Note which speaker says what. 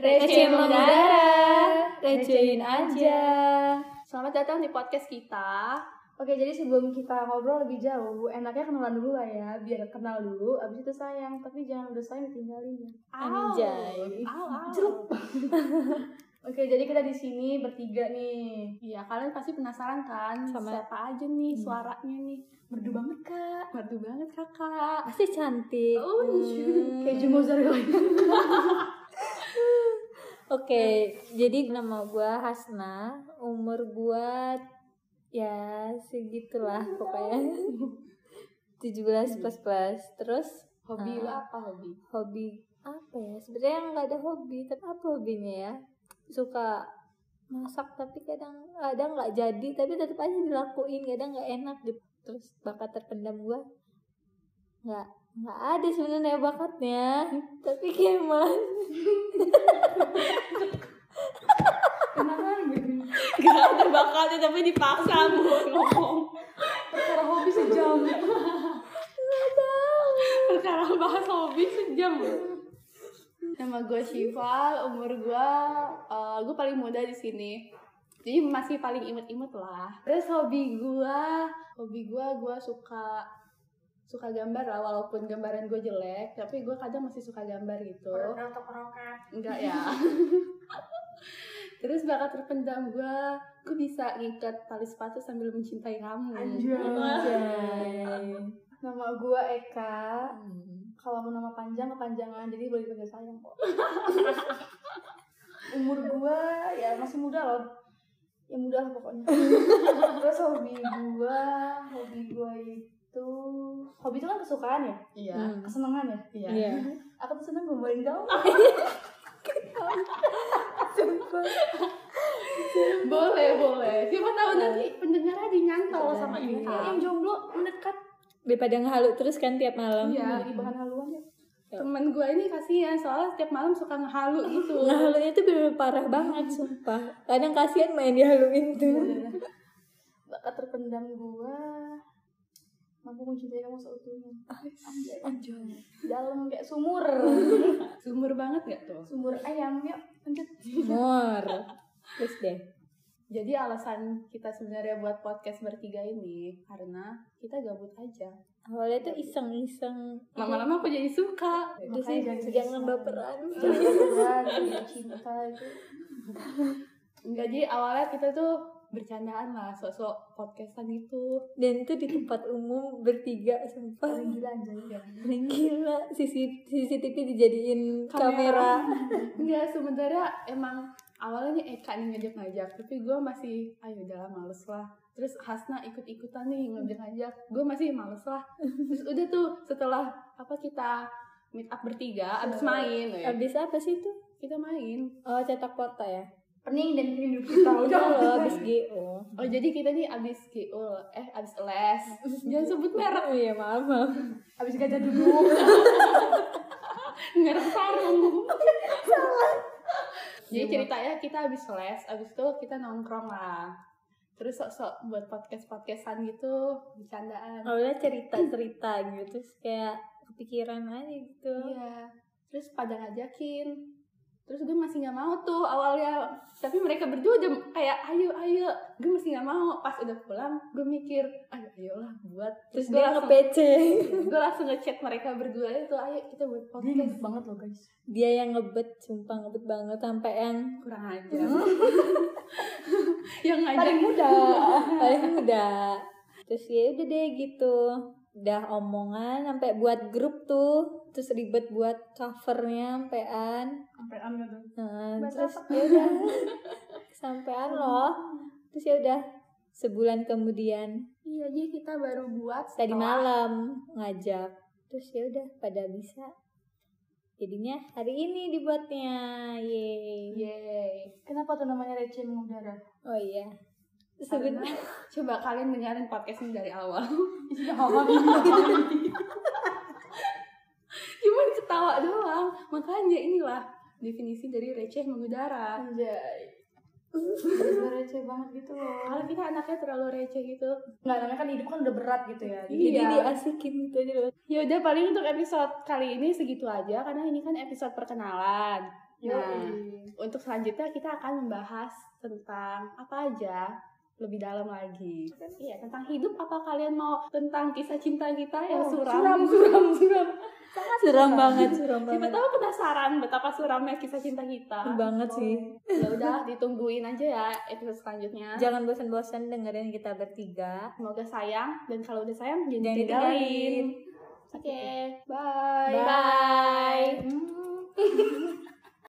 Speaker 1: Receh mengudara, recehin aja.
Speaker 2: Selamat datang di podcast kita.
Speaker 1: Oke, jadi sebelum kita ngobrol lebih jauh, enaknya kenalan dulu lah ya, biar kenal dulu, abis itu sayang. Tapi jangan udah sayang tinggalin ya.
Speaker 2: Anjay. Au, au.
Speaker 1: Oke, jadi kita di sini bertiga nih.
Speaker 2: Iya, kalian pasti penasaran kan
Speaker 3: Sama-
Speaker 2: siapa aja nih
Speaker 3: Hmm.
Speaker 2: suaranya nih. Merdu banget, Kak. Merdu banget, Kakak.
Speaker 3: Pasti cantik.
Speaker 2: Oh,
Speaker 3: Hmm.
Speaker 1: Gitu. Keju mozzarella.
Speaker 3: Oke, jadi nama gua Hasna, umur gua ya segitulah pokoknya. 17 plus plus. Terus
Speaker 2: Hobi
Speaker 3: Ah.
Speaker 2: lo apa hobi?
Speaker 3: hobi apa ya? Sebenarnya nggak ada hobi, tapi apa hobinya ya? Suka masak tapi kadang kadang nggak jadi tapi tetap aja dilakuin kadang nggak enak gitu terus bakat terpendam gua nggak nggak ada sebenarnya bakatnya tapi gimana
Speaker 1: Kenalan gitu.
Speaker 2: Gak ada bakatnya tapi dipaksa buat ngomong.
Speaker 1: Perkara hobi sejam.
Speaker 2: Perkara bahas hobi sejam. Nama gue Shiva, umur gue, eh gue paling muda di sini. Jadi masih paling imut-imut lah. Terus hobi gue, hobi gue, gue suka suka gambar lah walaupun gambaran gue jelek tapi gue kadang masih suka gambar gitu enggak ya terus bakat terpendam gue gue bisa ngikat tali sepatu sambil mencintai kamu
Speaker 3: Anjay.
Speaker 1: Nama gua Eka.
Speaker 2: Hmm.
Speaker 1: Kalau mau nama panjang kepanjangan, jadi boleh dipanggil sayang kok. Umur gua ya masih muda loh. Ya muda lah pokoknya. Terus hobi gua, hobi gua itu hobi itu kan kesukaan ya,
Speaker 2: iya
Speaker 3: Hmm.
Speaker 1: kesenangan ya.
Speaker 2: iya
Speaker 3: Iya.
Speaker 1: Aku tuh seneng ngomongin kamu.
Speaker 2: boleh boleh siapa tahu nanti pendengarnya dinyantol
Speaker 3: Iya,
Speaker 2: sama
Speaker 3: iya.
Speaker 2: ini
Speaker 1: Ya, yang jomblo mendekat
Speaker 3: Daripada ngehalu terus kan tiap malam.
Speaker 2: iya
Speaker 1: di bahan haluan ya.
Speaker 2: temen gue ini kasihan soalnya setiap malam suka ngehalu gitu
Speaker 3: Ngehalunya tuh bener parah banget sumpah. Kadang kasihan main dihaluin tuh.
Speaker 1: Bakat terpendam gua mampu mencintai kamu seutuhnya. Ah, Anjay. Dalam kayak sumur.
Speaker 2: sumur banget gak tuh
Speaker 1: sumur ayam yuk lanjut.
Speaker 2: Iya.
Speaker 3: Mor. Terus deh.
Speaker 2: jadi alasan kita sebenarnya buat podcast bertiga ini karena kita gabut aja
Speaker 3: Awalnya tuh iseng-iseng.
Speaker 2: lama-lama aku jadi suka
Speaker 3: Udah sih
Speaker 1: Makanya jangan
Speaker 3: jangan
Speaker 1: iseng.
Speaker 3: baperan.
Speaker 1: Beneran, cinta itu
Speaker 2: Enggak, jadi awalnya kita tuh bercandaan lah, sok-sok podcastan gitu.
Speaker 3: Dan itu di tempat umum bertiga sumpah.
Speaker 1: paling gila anjay ya.
Speaker 3: Paling Gila. CC CCTV dijadiin kamera.
Speaker 2: Enggak, sebenarnya emang awalnya nih Eka nih ngajak-ngajak, tapi gue masih, ayo udahlah males lah. Terus Hasna ikut-ikutan nih ngajak-ngajak, gue masih males lah. Terus udah tuh setelah apa kita meet up bertiga, abis main, ya.
Speaker 3: Iya. Abis apa sih itu?
Speaker 2: kita main.
Speaker 3: Oh cetak kota ya.
Speaker 1: Pening dan hidup kita
Speaker 3: Udah loh abis GO.
Speaker 2: Oh jadi kita nih abis GO, eh abis les, jangan sebut merek,
Speaker 3: Oh iya maaf maaf.
Speaker 1: Abis gajah dulu
Speaker 2: merek sarung. Jadi ceritanya kita habis les, habis itu kita nongkrong lah. Terus sok-sok buat podcast-podcastan gitu, bercandaan.
Speaker 3: Awalnya cerita-cerita gitu. Terus kayak kepikiran aja gitu.
Speaker 2: Iya. Terus pada ngajakin. Terus gue masih nggak mau tuh awalnya. Tapi mereka berdua udah kayak ayo ayo. Gue masih nggak mau. Pas udah pulang, gue mikir, ayo ayolah buat.
Speaker 3: Terus
Speaker 2: gue
Speaker 3: dia
Speaker 2: langsung,
Speaker 3: nge-PC.
Speaker 2: gue langsung ngechat mereka berdua itu, ayo kita buat podcast.
Speaker 1: Podcast banget loh guys
Speaker 3: Dia yang ngebet, sumpah ngebet banget sampai yang
Speaker 2: Kurang aja. Yang ngajak
Speaker 1: Paling muda
Speaker 3: paling muda. Terus ya udah deh gitu. Udah omongan sampai buat grup tuh, terus ribet buat covernya sampean.
Speaker 1: Sampai ambil tuh
Speaker 3: Nah,
Speaker 1: Buat
Speaker 3: terus
Speaker 1: apa?
Speaker 3: ya udah sampean loh. Terus ya udah sebulan kemudian
Speaker 2: Iya, jadi kita baru buat
Speaker 3: tadi
Speaker 2: setelah-
Speaker 3: malam ngajak. Terus ya udah pada bisa. Jadinya hari ini dibuatnya. Yeay.
Speaker 2: Yeay.
Speaker 1: Kenapa tuh namanya receh mengudara?
Speaker 3: Oh iya. Sebut
Speaker 2: Karena, iya. coba kalian dengerin podcast ini dari awal.
Speaker 1: Isinya hawa gitu
Speaker 2: Cuman ketawa doang. Makanya inilah definisi dari receh mengudara.
Speaker 1: Anjay receh banget gitu loh
Speaker 2: Kalau kita anaknya terlalu receh gitu.
Speaker 1: nggak namanya kan hidup kan udah berat gitu ya jadi
Speaker 3: Jadi
Speaker 2: Iya.
Speaker 3: diasikin gitu aja loh.
Speaker 2: Ya udah paling untuk episode kali ini segitu aja karena ini kan episode perkenalan.
Speaker 1: ya.
Speaker 2: Nah,
Speaker 1: Yoi.
Speaker 2: untuk selanjutnya kita akan membahas tentang apa aja lebih dalam lagi. Iya, tentang hidup apa kalian mau tentang kisah cinta kita yang
Speaker 1: Oh,
Speaker 2: suram?
Speaker 1: suram suram suram
Speaker 3: Seram banget, seram
Speaker 2: Siapa
Speaker 3: banget.
Speaker 2: tahu penasaran betapa suramnya kisah cinta
Speaker 3: Serem
Speaker 2: kita.
Speaker 3: banget sih.
Speaker 2: ya udah ditungguin aja ya episode selanjutnya.
Speaker 3: Jangan bosan-bosan dengerin kita bertiga.
Speaker 2: Semoga sayang dan kalau udah sayang jangan,
Speaker 3: Jangan
Speaker 2: ditinggalin.
Speaker 3: ditinggalin.
Speaker 2: Oke, bye.
Speaker 3: Bye.
Speaker 2: Bye.
Speaker 1: Hmm.